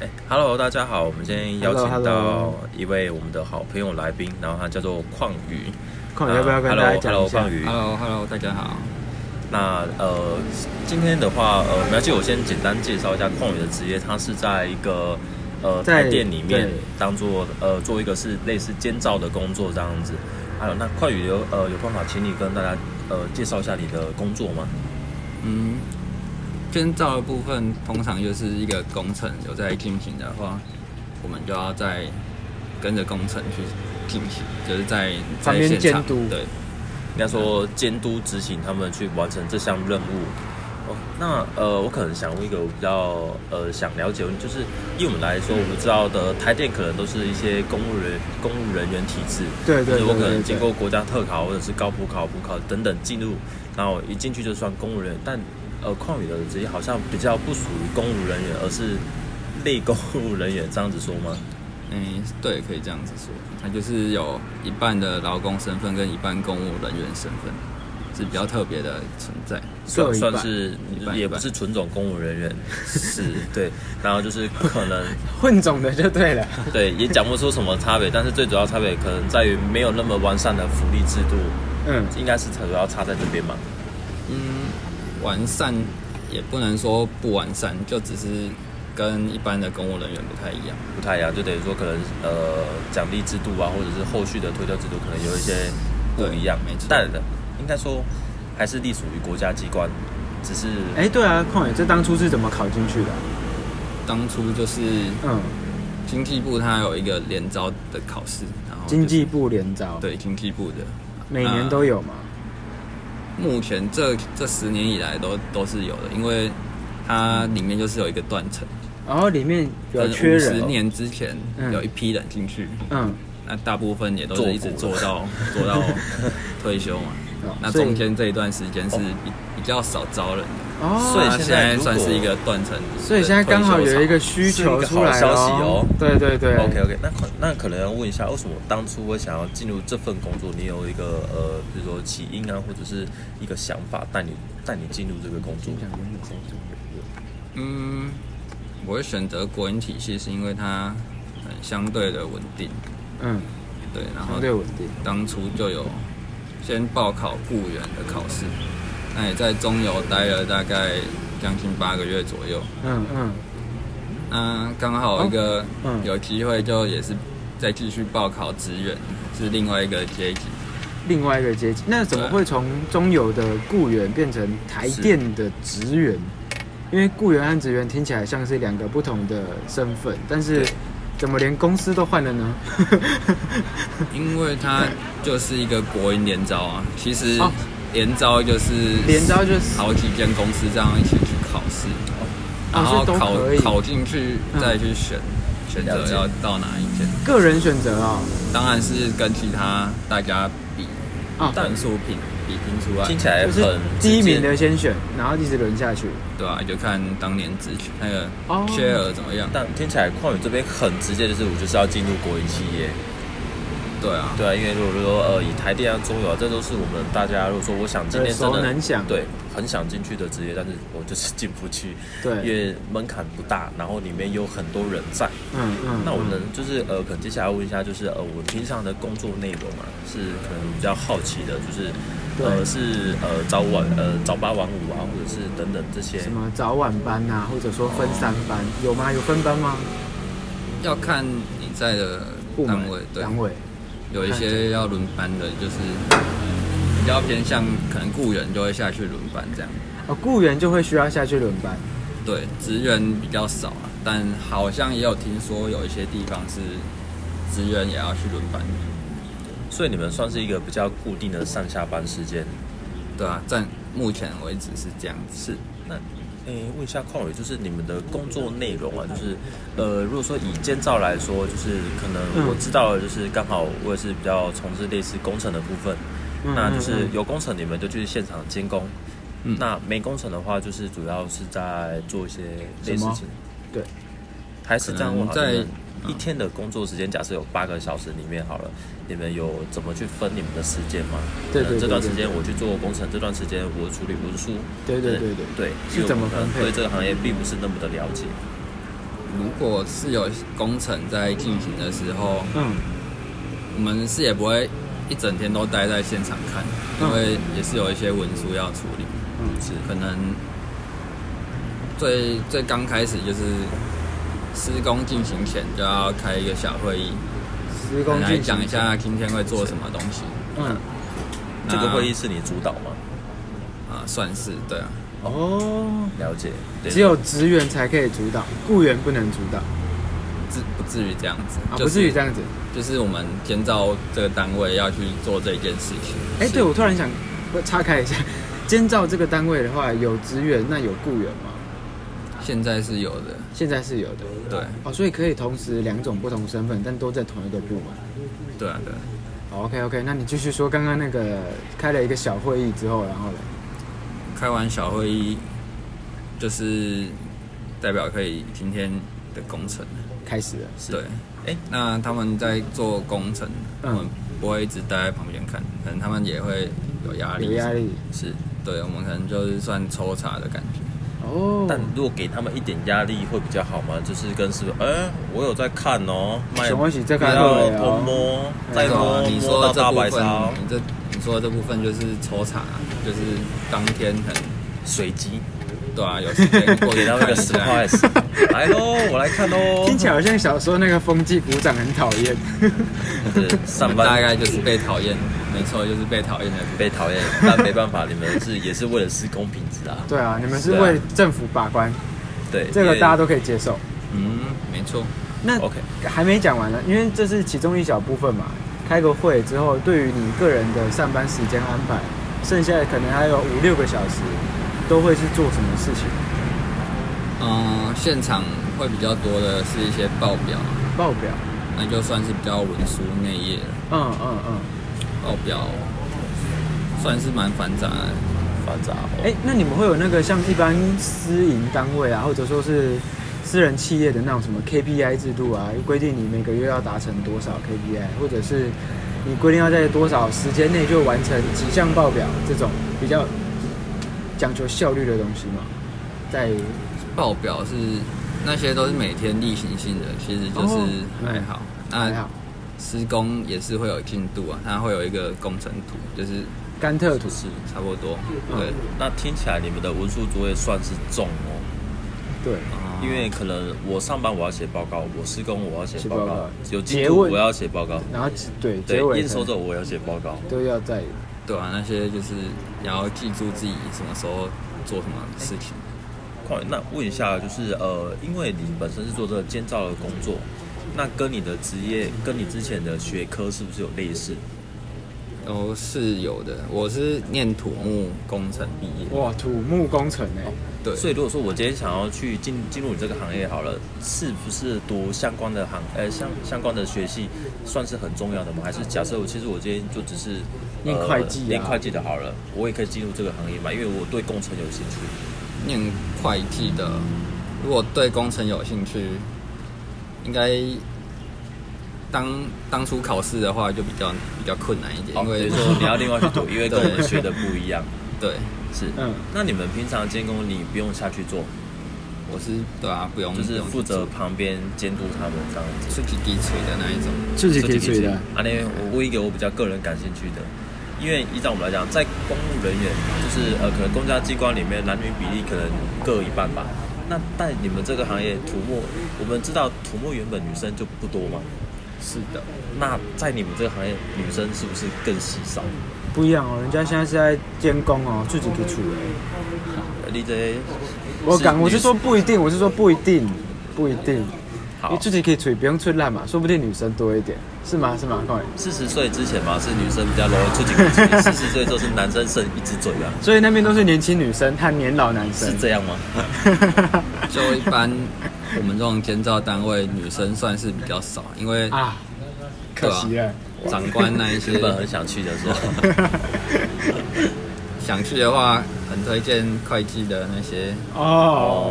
哎，Hello，大家好，我们今天邀请 Hello，Hello 到一位我们的好朋友来宾，然后他叫做邝宇。邝宇要不要跟大家讲 Hello，一下啊邝？宇。 Hello，Hello，大家好。那呃，今天的话，呃，苗记我先简单介绍一下邝宇的职业，他是在一个呃在台店里面对当做呃做一个是类似监造的工作这样子。还有，那邝宇有呃有办法请你跟大家呃介绍一下你的工作吗？嗯，监造的部分通常就是一个工程有在进行的话，我们就要在跟着工程去进行，就是在旁在边现场监督对，应该说监督执行他们去完成这项任务。哦，那呃，我可能想问一个我比较呃想了解的问题，就是以我们来说，我们知道的台电可能都是一些公务人公务人员体制，对就对是对我可对能经对过国家特考或者是高普考、普考等等进入，然后一进去就算公务人员，但呃邝宇的职业好像比较不属于公务人员，而是类公务人员这样子说吗？嗯，对，可以这样子说，它就是有一半的劳工身份跟一半公务人员身份是比较特别的存在。算各一半算是一半也一不半是纯种公务人员，是对，然后就是可能混种的就 对了。对，也讲不出什么差别，但是最主要差别可能在于没有那么完善的福利制度，嗯，应该是主要差在这边嘛。嗯，完善也不能说不完善，就只是跟一般的公务人员不太一样。不太一样，就等于说可能呃奖励制度啊，或者是后续的推掉制度，可能有一些不一样对没。错但应该说还是隶属于国家机关，只是哎，对啊，邝宇，这当初是怎么考进去的啊？当初就是嗯，经济部它有一个联招的考试，然后就是经济部联招，，对经济部的，每年都有嘛。嗯目前这这十年以来都都是有的，因为它里面就是有一个断层，然后里面有缺十人，年之前嗯有一批人进去，嗯，那大部分也都是一直做过做到 做到退休嘛哦。那所以中间这一段时间是比比较少招人的，哦，所以那现现在在如果算是一个断层。所以现在刚好有一个需求出来是一个好消息哦咯对对对 OK OK，那可那可能要问一下，为什么当初会想要进入这份工作？你有一个呃，比如说起因啊，或者是一个想法带你带你进入这个工作？嗯，我会选择国营体系是因为它很相对的稳定，嗯，对，然后相对稳定。当初就有先报考雇员的考试，那也在中游待了大概将近八个月左右。嗯嗯，那刚好一个、嗯有机会就也是再继续报考职员，是另外一个阶级。另外一个阶级，那怎么对会从中游的雇员变成台电的职员？因为雇员和职员听起来像是两个不同的身份，但是对怎么连公司都换了呢？ 因为它就是一个国营联招啊，其实哦联招就是连招就是好几间公司这样一起去考试，然哦，所后以都考可以，考进去嗯再去选、选了择解要到哪一间，个人选择啊、当然是跟其他大家比哦，啊，分数拼比拼出来听，起来就很是第一直接名的先选，然后一直轮下去。对啊，就看当年自己那个哦缺额怎么样，但听起来邝宇这边很直接，就是我就是要进入国营企业。对啊，对啊，因为如果说呃以台电啊、中油啊，这都是我们大家如果说我想今天真耳的熟能详对，很想进去的职业，但是我就是进不去，因对，为门槛不大，然后里面有很多人在。嗯嗯，那我嗯们就是呃，可能接下来问一下，就是呃，我平常的工作内容啊，是可能比较好奇的，就是呃对是呃早晚呃早八晚五啊，或者是等等这些什么早晚班啊，或者说分三班，有吗？有分班吗？要看你在的部门单位，对，单位，有一些要轮班的，就是比较偏向可能雇员就会下去轮班这样，哦，雇员就会需要下去轮班。对，职员比较少啊，但好像也有听说有一些地方是职员也要去轮班，所以你们算是一个比较固定的上下班时间。对啊，暂目前为止是这样子，是那，诶、哎问一下邝宇，就是你们的工作内容啊，嗯就是，呃，如果说以监造来说，就是可能嗯我知道的，就是刚好我也是比较从事类似工程的部分，嗯那就是嗯嗯有工程你们就去现场监工，嗯那没工程的话，就是主要是在做一些类什似么情，对，还是这样问好，可能你在们一天的工作时间，假设有八个小时里面好了，你们有怎么去分你们的时间吗？对可对能呃对这段对时间我去做工程，这段时间我处理文书，对对对对对，是怎么分因为我可能配对这个行业并不是那么的了解。如果是有工程在进行的时候，嗯，我们是也不会一整天都待在现场看，嗯因为也是有一些文书要处理。嗯是可能最最刚开始就是施工进行前就要开一个小会议，施工来进讲行一下今天会做什么东西。嗯，这个啊那会议是你主导吗？啊、算是对啊，哦，了解，对只有职员才可以主导，雇员不能主导至不至于这样子，啊，就不至于这样子。就是我们监造这个单位要去做这件事情。哎、是对，我突然想我岔开一下， 监造这个单位的话，有职员那有雇员吗？现在是有的，现在是有的，对哦，所以可以同时两种不同身份，但都在同一个部门。对啊对啊。好，OK OK，那你继续说刚刚那个开了一个小会议之后，然后呢？开完小会议，就是代表可以今天的工程。开始了，是对，哎那他们在做工程，我嗯们不会一直待在旁边看，可能他们也会有压力。有压。力是，对，我们可能就是算抽查的感觉。哦。但如果给他们一点压力会比较好吗？就是跟师傅，哎、我有在看哦，卖什么是在不看要的哦偷摸，再对啊摸你摸说到的这大部白分鲨，你这你说的这部分就是抽查，就是当天很随机对啊，有时间过给去他们一看个一 下。 surprise，来喽，我来看喽。听起来好像小时候那个风纪鼓掌很讨厌，是我上们大班概就是被讨厌，没错，就是被讨厌的部分。被讨厌，但没办法，你们是也是为了施工品质啊。对啊，你们是对啊为政府把关，对，这个大家都都可以接受。嗯，没错。那 OK。还没讲完呢，因为这是其中一小部分嘛。开个会之后，对于你个人的上班时间安排，剩下的可能还有五六个小时，都会去做什么事情？嗯，现场会比较多的是一些报表，报表，那就算是比较文书内页了。嗯嗯嗯。报表算是蛮繁杂的。繁杂哦。哎、那你们会有那个像一般私营单位啊，或者说是私人企业的那种什么 KPI 制度啊，规定你每个月要达成多少 KPI，或者是你规定要在多少时间内就完成几项报表这种比较讲求效率的东西嘛？在报表是那些都是每天例行性的，其实就是哦还好。还好那施工也是会有进度啊，它会有一个工程图，就是甘特图是，差不多。嗯对，那听起来你们的文书作业算是重哦，对，嗯因为可能我上班我要写报告，我施工我要写写报报告告，有进结度论我要写报告，然后对对结，尾验收之后我要写报告。都要在对啊，那些就是也要记住自己什么时候做什么事情。快，那问一下，就是呃，因为你本身是做这个建造的工作，那跟你的职业跟你之前的学科是不是有类似？都是有的。我是念土木工程毕业，哇土木工程哎、对，所以如果说我今天想要去进进入你这个行业好了，是不是读相关的行呃相相关的学系算是很重要的吗？还是假设我其实我今天就只是念呃会计啊念会计的好了，我也可以进入这个行业嘛？因为我对工程有兴趣。念会计的，如果对工程有兴趣，应该当当初考试的话就比较比较困难一点，哦因所为以说你要另外去读，因为跟我们对学的不一样。 对，是，嗯那你们平常监工你不用下去做，我是对啊，不用就是不用负责旁边监督他们这样子。自己滴水的那一种，自己给给谁的？啊，那我问一个我比较个人感兴趣的，因为依照我们来讲，在公务人员就是呃，可能公家机关里面男女比例可能各一半吧。那但你们这个行业土木，我们知道土木原本女生就不多嘛，是的，那在你们这个行业，女生是不是更稀少？不一样哦，人家现在是在监工哦，自己给出哎、呃你这我是讲，我女是说不一定，我是说不一定，不一定。好你自己可以吹，不用吹烂嘛，说不定女生多一点，是吗？是吗？各位。四十岁之前嘛是女生比较 low，出几个嘴；四十岁之后是男生剩一只嘴啊，所以那边都是年轻女生和年老男生是。这样吗？ 就一般我们这种监造单位女生算是比较少，因为啊，可惜啊了。长官那一 些原本很想去的 时候，啊 想去的话，很推荐会计的那些哦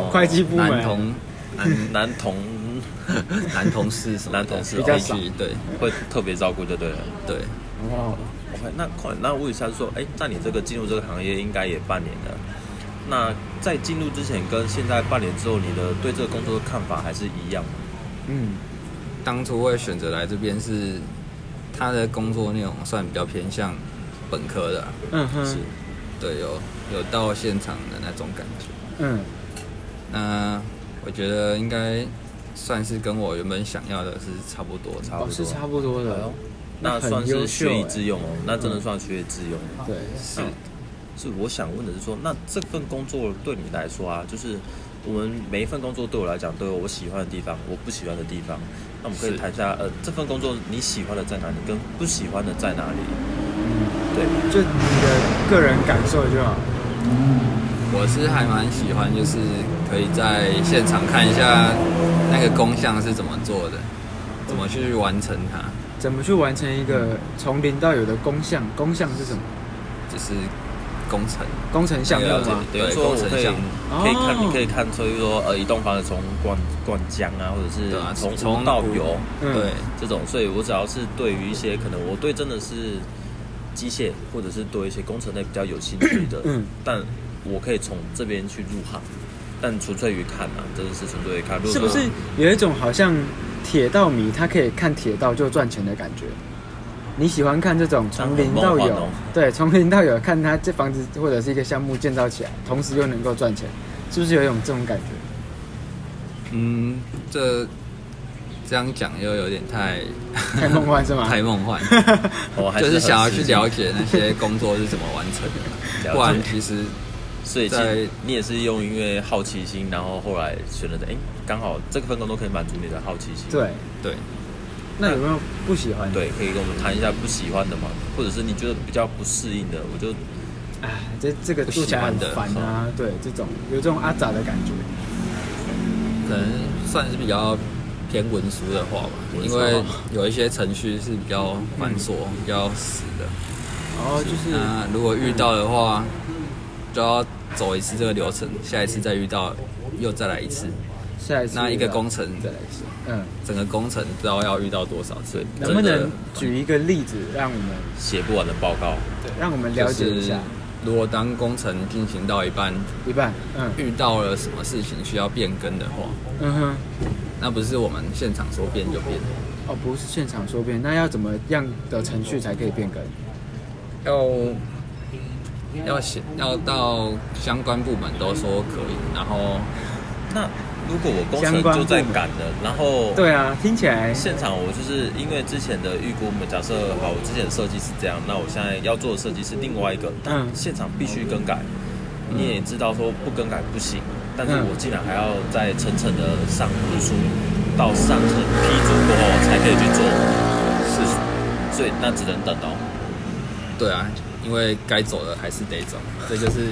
哦，会计部男门。同男男 同男同事什么的男同事会比较少计对会特别照顾就对了。对，哦， OK，那快，那我也想说，哎、那你这个进入这个行业应该也半年了，那在进入之前跟现在半年之后，你的对这个工作的看法还是一样吗？嗯，当初会选择来这边是，他的工作内容算比较偏向本科的啊、嗯哼是，对，有有到现场的那种感觉。嗯那我觉得应该算是跟我原本想要的是差不多，差不哦多是差不多哎的呦，那那很算优是秀学以哎致用哦，那真的算学以致用。对，是嗯是我想问的是说，那这份工作对你来说啊，就是我们每一份工作对我来讲都有我喜欢的地方，我不喜欢的地方。那我们可以是谈一下，呃，这份工作你喜欢的在哪里，跟不喜欢的在哪里？对，嗯就你的个人感受就好。我是还蛮喜欢，就是可以在现场看一下那个工项是怎么做的，怎么去完成它，怎么去完成一个从零到有的工项？工项是什么？就是工程工程项目了解吗？等于对说我工程可以项目可以看，哦你可以看出，就是说呃，一栋房子从灌灌浆啊，或者对啊是从从无到无有嗯对，这种，所以我只要是对于一些可能我对真的是机械，或者是对一些工程类比较有兴趣的，嗯但我可以从这边去入行，但纯粹于看啊，真的是纯粹于看，如果是不说是有一种好像铁道迷他可以看铁道就赚钱的感觉？你喜欢看这种从零到这样很梦有，幻哦对，从零到有，看他这房子或者是一个项目建造起来，同时又能够赚钱，是不是有一种这种感觉？嗯，这这样讲又有点太太梦幻是吗？ 太 梦幻，我哦还就是很想要实去际了解那些工作是怎么完成的，了解不然其实所以其在实你也是用因为好奇心，然后后来选了的，哎、刚好这份工作可以满足你的好奇心，对，对那有没有不喜欢的？对，可以跟我们谈一下不喜欢的嘛，或者是你觉得比较不适应的，我就哎，这这个做起来很烦啊，对，这种有这种阿杂的感觉，可能算是比较偏文书的话吧，文因书为有一些程序是比较繁琐、嗯比较死的。然后哦就是那如果遇到的话，就要走一次这个流程，下一次再遇到又再来一次，下一次那一个遇到工程再来一次，嗯，整个工程不知道要遇到多少次。能不真的能举一个例子让我们写不完的报告，让我们了解一下？就是如果当工程进行到一半，一半，嗯遇到了什么事情需要变更的话，嗯哼，那不是我们现场说变就变，哦，不是现场说变，那要怎么样的程序才可以变更？要要写要到相关部门都说可以，然后那如果我工相程关就在部门赶了，然后对啊，听起来现场我就是因为之前的预估，我们假设好，我之前的设计是这样，那我现在要做的设计是另外一个，但嗯现场必须更改。你也知道说不更改不行，但是嗯我竟然还要在层层的上文书到上层批准过后才可以去做，是，所以那只能等哦。对啊，因为该走的还是得走，这就是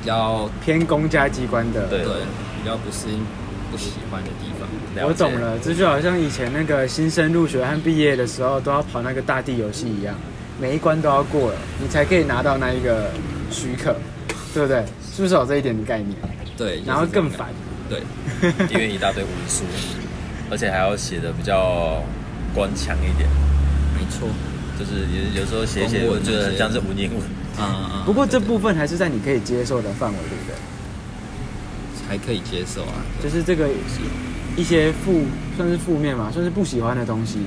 比较偏公家机关的，对对比较不适应、不喜欢的地方。了解我懂，了，这就好像以前那个新生入学和毕业的时候都要跑那个大地游戏一样，每一关都要过了，你才可以拿到那一个许可，对不对？是不是有这一点的概念？对，就是然后这更样 烦，对， 因为一大堆文书，而且还要写的比较官腔一点，没错，就是有有时候写一写，公我文觉得那很些像是文言文。嗯嗯。不过这对部分还是在你可以接受的范围，对不对？对还可以接受啊，就是这个一些负算是负面嘛，算是不喜欢的东西。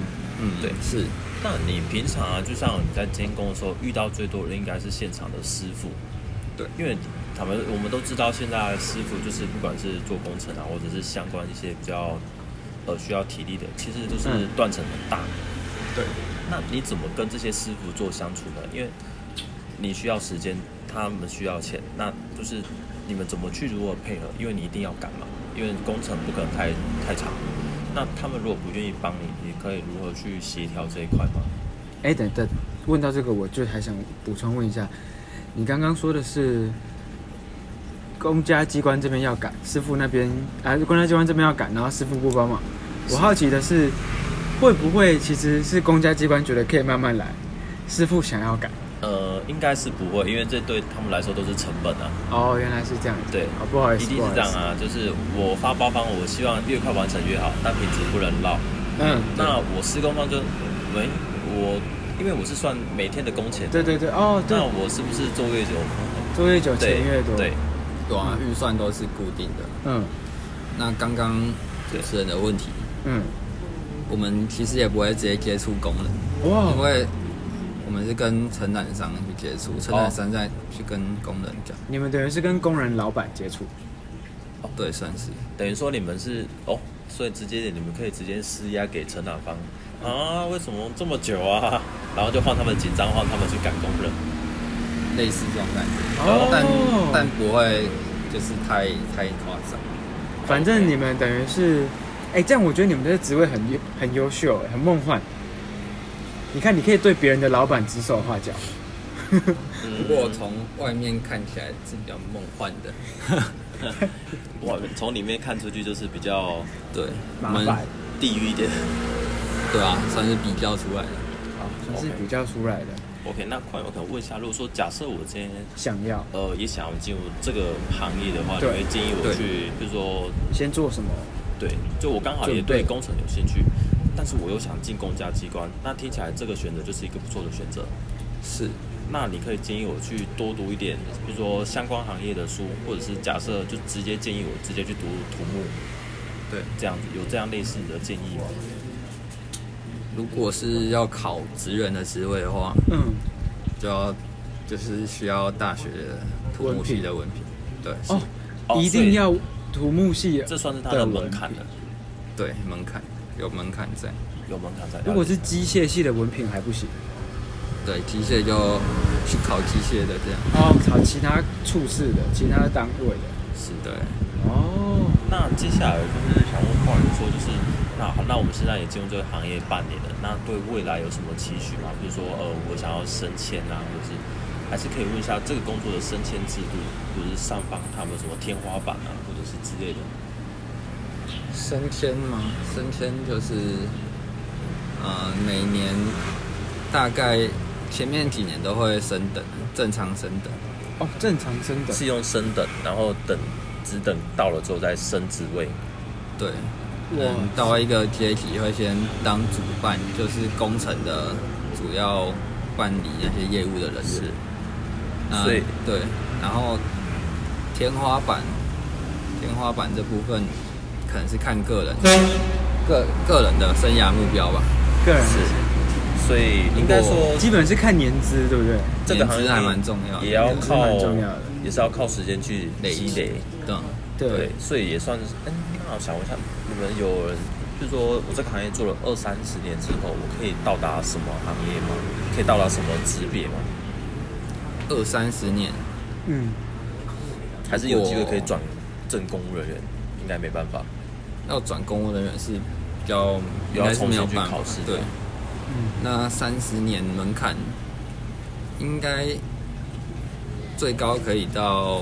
嗯，对是那你平常啊，就像你在监工的时候，遇到最多的应该是现场的师傅。对，因为他们我们都知道，现在师傅就是不管是做工程啊，或者是相关一些比较呃需要体力的，其实都是嗯断层很大。对，那你怎么跟这些师傅做相处呢？因为你需要时间，他们需要钱，那就是你们怎么去如何配合？因为你一定要赶嘛，因为工程不可能太太长。那他们如果不愿意帮你，你可以如何去协调这一块吗？哎，等等，问到这个，我就还想补充问一下，你刚刚说的是公家机关这边要赶，师傅那边啊，公家机关这边要赶，然后师傅不帮忙。我好奇的是，会不会其实是公家机关觉得可以慢慢来，师傅想要赶？呃，应该是不会，因为这对他们来说都是成本啊。哦，原来是这样。对哦，不好意一思，定不是好意这样思。啊，就是我发包方，我希望越快完成越好，但品质不能落。嗯，那我施工方就，喂，我因为我是算每天的工钱，对对对，哦，对那，我是不是做越久？作业久对钱越多。对，对啊，预算都是固定的。嗯那刚刚主持人的问题，嗯，我们其实也不会直接接触工人，哇因，为我们是跟承揽商去接触，承揽商再去跟工人讲，你们等于是跟工人老板接触，哦对，算是。等于说你们是哦，所以直接点，你们可以直接施压给承揽方啊，为什么这么久啊？然后就换他们紧张，换他们去赶工人。类似这种感觉，哦但但不会就是太太夸张。反正你们等于是，哎、这样我觉得你们的职位很优很优秀、哎很梦幻。你看，你可以对别人的老板指手画脚，嗯不过从外面看起来是比较梦幻的， 哇，从里面看出去就是比较对，我 麻们烦，地狱一点。对啊，算是比较出来的。好，算是比较出来的。 OK，那快，我可能问一下，如果说假设我今天想要呃也想要进入这个行业的话，你对会建议我对去，比如说先做什么？对，就我刚好也对准备工程有兴趣，但是我又想进公家机关，那听起来这个选择就是一个不错的选择。是，那你可以建议我去多读一点，比如说相关行业的书，或者是假设就直接建议我直接去读土木对。这样子，有这样类似的建议吗？如果是要考职人的职位的话，嗯，就要就是需要大学的土木系的文凭。对，哦，哦一定要土木系。这算是它的门槛了，对，门槛有门槛在。有门槛在。如果是机械系的文凭还不行对，机械就去考机械的这样。哦，考其他处室的、其他单位的。是对，哦，那接下来就是想问鲍宇说，就是那好，那我们现在也进入这个行业半年了，那对未来有什么期许吗？比如说呃，我想要升迁啊，或者是还是可以问一下这个工作的升迁制度，或者是上方他们有什么天花板啊，或者是之类的。升迁吗？升迁就是，呃，每年大概前面几年都会升等，正常升等。哦，正常升等。是用升等，然后等只等到了之后再升职位。对，哇嗯，到一个阶级会先当主办，就是工程的主要办理那些业务的人是员。那所以对，然后天花板，天花板这部分可能是看个人，个个人的生涯目标吧。个人是，所以应该说基本是看年资，对不对？这个行业年资还蛮重要的也要年资靠蛮重要的也是要靠时间去累嗯积累。对，对，所以也算是。嗯，那我想问一下，你们有人就是说我这个行业做了二三十年之后，我可以到达什么行业吗？可以到达什么级别吗？二三十年。嗯，还是有机会可以我转正公务人员？应该没办 法。要转公务人员是比较又要应该是没有重新去办法考试对的，嗯那三十年门槛应该最高可以到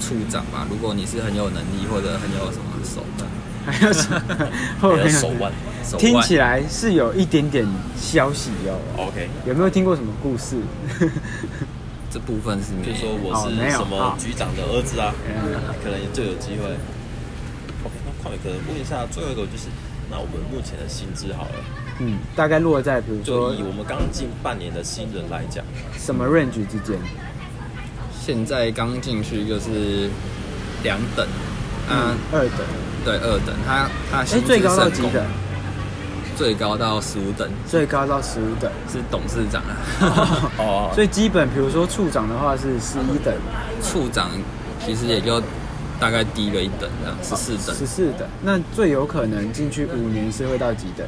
处长吧？如果你是很有能力或者很有什么手段， 还要手，后还有面手 腕。手听腕起来是有一点点消息哦。 OK，有没有听过什么故事？这部分是没就有说我哦是没有什么好局长的儿子啊。嗯可能就有机会。OK，那快可能问一下，最后一个就是，那我们目前的薪资好了，嗯，大概落在比如就说以我们刚进半年的新人来讲，什么 range 之间？现在刚进去就是两等，嗯嗯，，二等。对，二等，他他哎，薪最资高到升几工等？最高到十五等最高到十五等。是董事长啊。哦所以基本，比如说处长的话是十一等，处长其实也就大概低了一等这样，十四等十。四等。那最有可能进去五年是会到几等？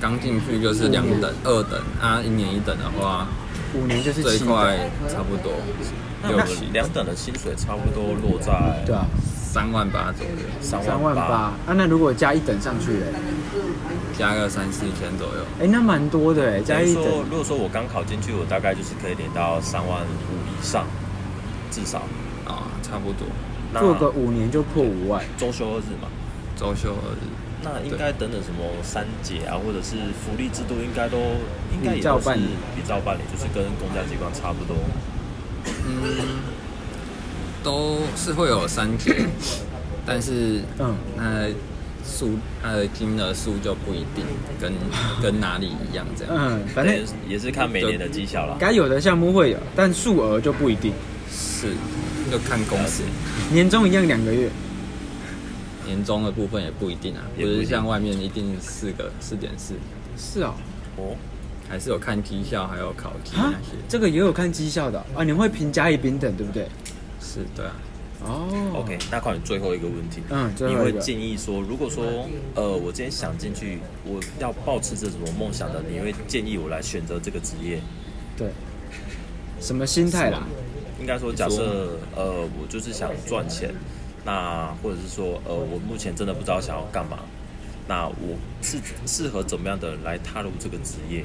刚进去就是两等、二等啊，一年一等的话，五年就是最七快等，差不多嗯那我六们七两等的薪水差不多落在对啊，三万八左右，三三万万八八。。啊，那如果加一等上去嘞，加个三四千左右。哎，那蛮多的哎，加等于一说等，如果说我刚考进去，我大概就是可以领到三万五以上，至少。啊，差不多。那做个五年就破五万。周休二日嘛，周休二日，那应该等等什么三节啊，或者是福利制度，应该都应该也比照都是办理比照办理，就是跟公家机关差不多。嗯，都是会有三天，但是嗯那数它的金额数就不一定跟跟哪里一样这样。嗯，反正也是看每年的绩效啦。该有的项目会有，但数额就不一定。是，就看公司了。年终一样两个月，年终的部分也不一定啊，也不不一定是像外面一定四个四点四，是哦，哦，还是有看绩效，还有考绩啊那些。，这个也有看绩效的哦啊，你们会评甲乙丙等对不对？是，对啊。哦 OK，那快点最后一个问题。嗯最后你一个会建议说，如果说呃，我今天想进去，我要抱持着什么梦想的，你会建议我来选择这个职业？对，什么心态啦？应该说，假设呃，我就是想赚钱，那或者是说呃，我目前真的不知道想要干嘛，那我是适合怎么样的人来踏入这个职业？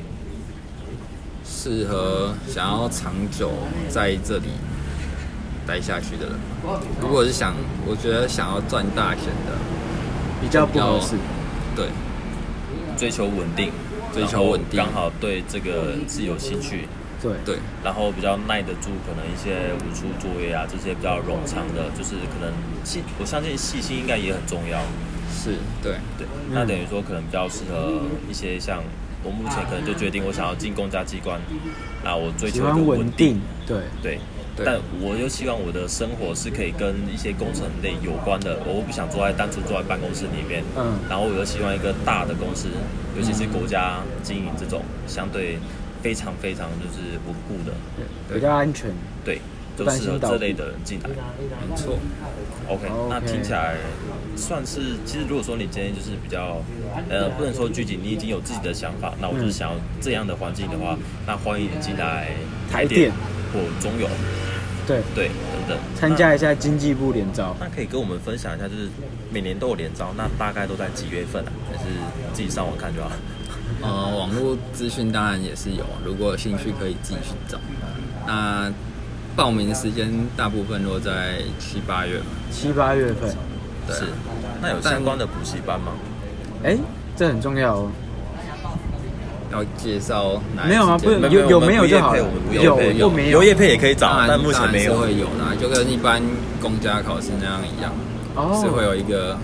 适合想要长久在这里待下去的人。如果是想，我觉得想要赚大钱的，比较不合适。对，追求稳定，追求稳定然后刚好对这个是有兴趣，对对，然后比较耐得住可能一些文书作业啊这些比较冗长的，就是可能细，我相信细心应该也很重要。是，对，对，那等于说可能比较适合一些像我目前可能就决定我想要进公家机关，那我追求喜一个欢稳稳定定，，对，对。对但我又希望我的生活是可以跟一些工程类有关的，我不想坐在单纯坐在办公室里面。嗯然后我又希望一个大的公司，尤其是国家经营这种相对非常非常就是稳固的，比较安全。对，不就担适心合倒这闭类的人进来。没错， OK，那听起来算是，其实如果说你今天就是比较，呃，不能说拘谨，你已经有自己的想法，那我就是想要这样的环境的话，那欢迎你进来台电或中友，对，对，等等，参加一下经济部联招。那。那可以跟我们分享一下，就是每年都有联招，那大概都在几月份啊？还是自己上网看就好？呃，网络资讯当然也是有，如果有兴趣可以自己去找。那报名时间大部分落在七八月嘛，七八月份，对啊是，那有相关的补习班吗？哎，这很重要哦。要介绍哪一没有啊时间不吗有有我们没有不就业好配了我们不有业配或没有有业配也可以当找，然但目前当然没是有。会有啦，就跟一般公家考试那样一样，哦是会有一个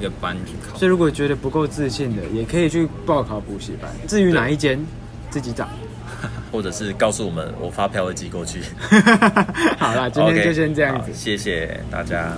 一个班去考所。以如果觉得不够自信的，也可以去报考补习班。至于哪一间，自己找。 或者是告诉我们，我发票会寄过去。好啦，今天就 OK，先这样好子。谢谢大家。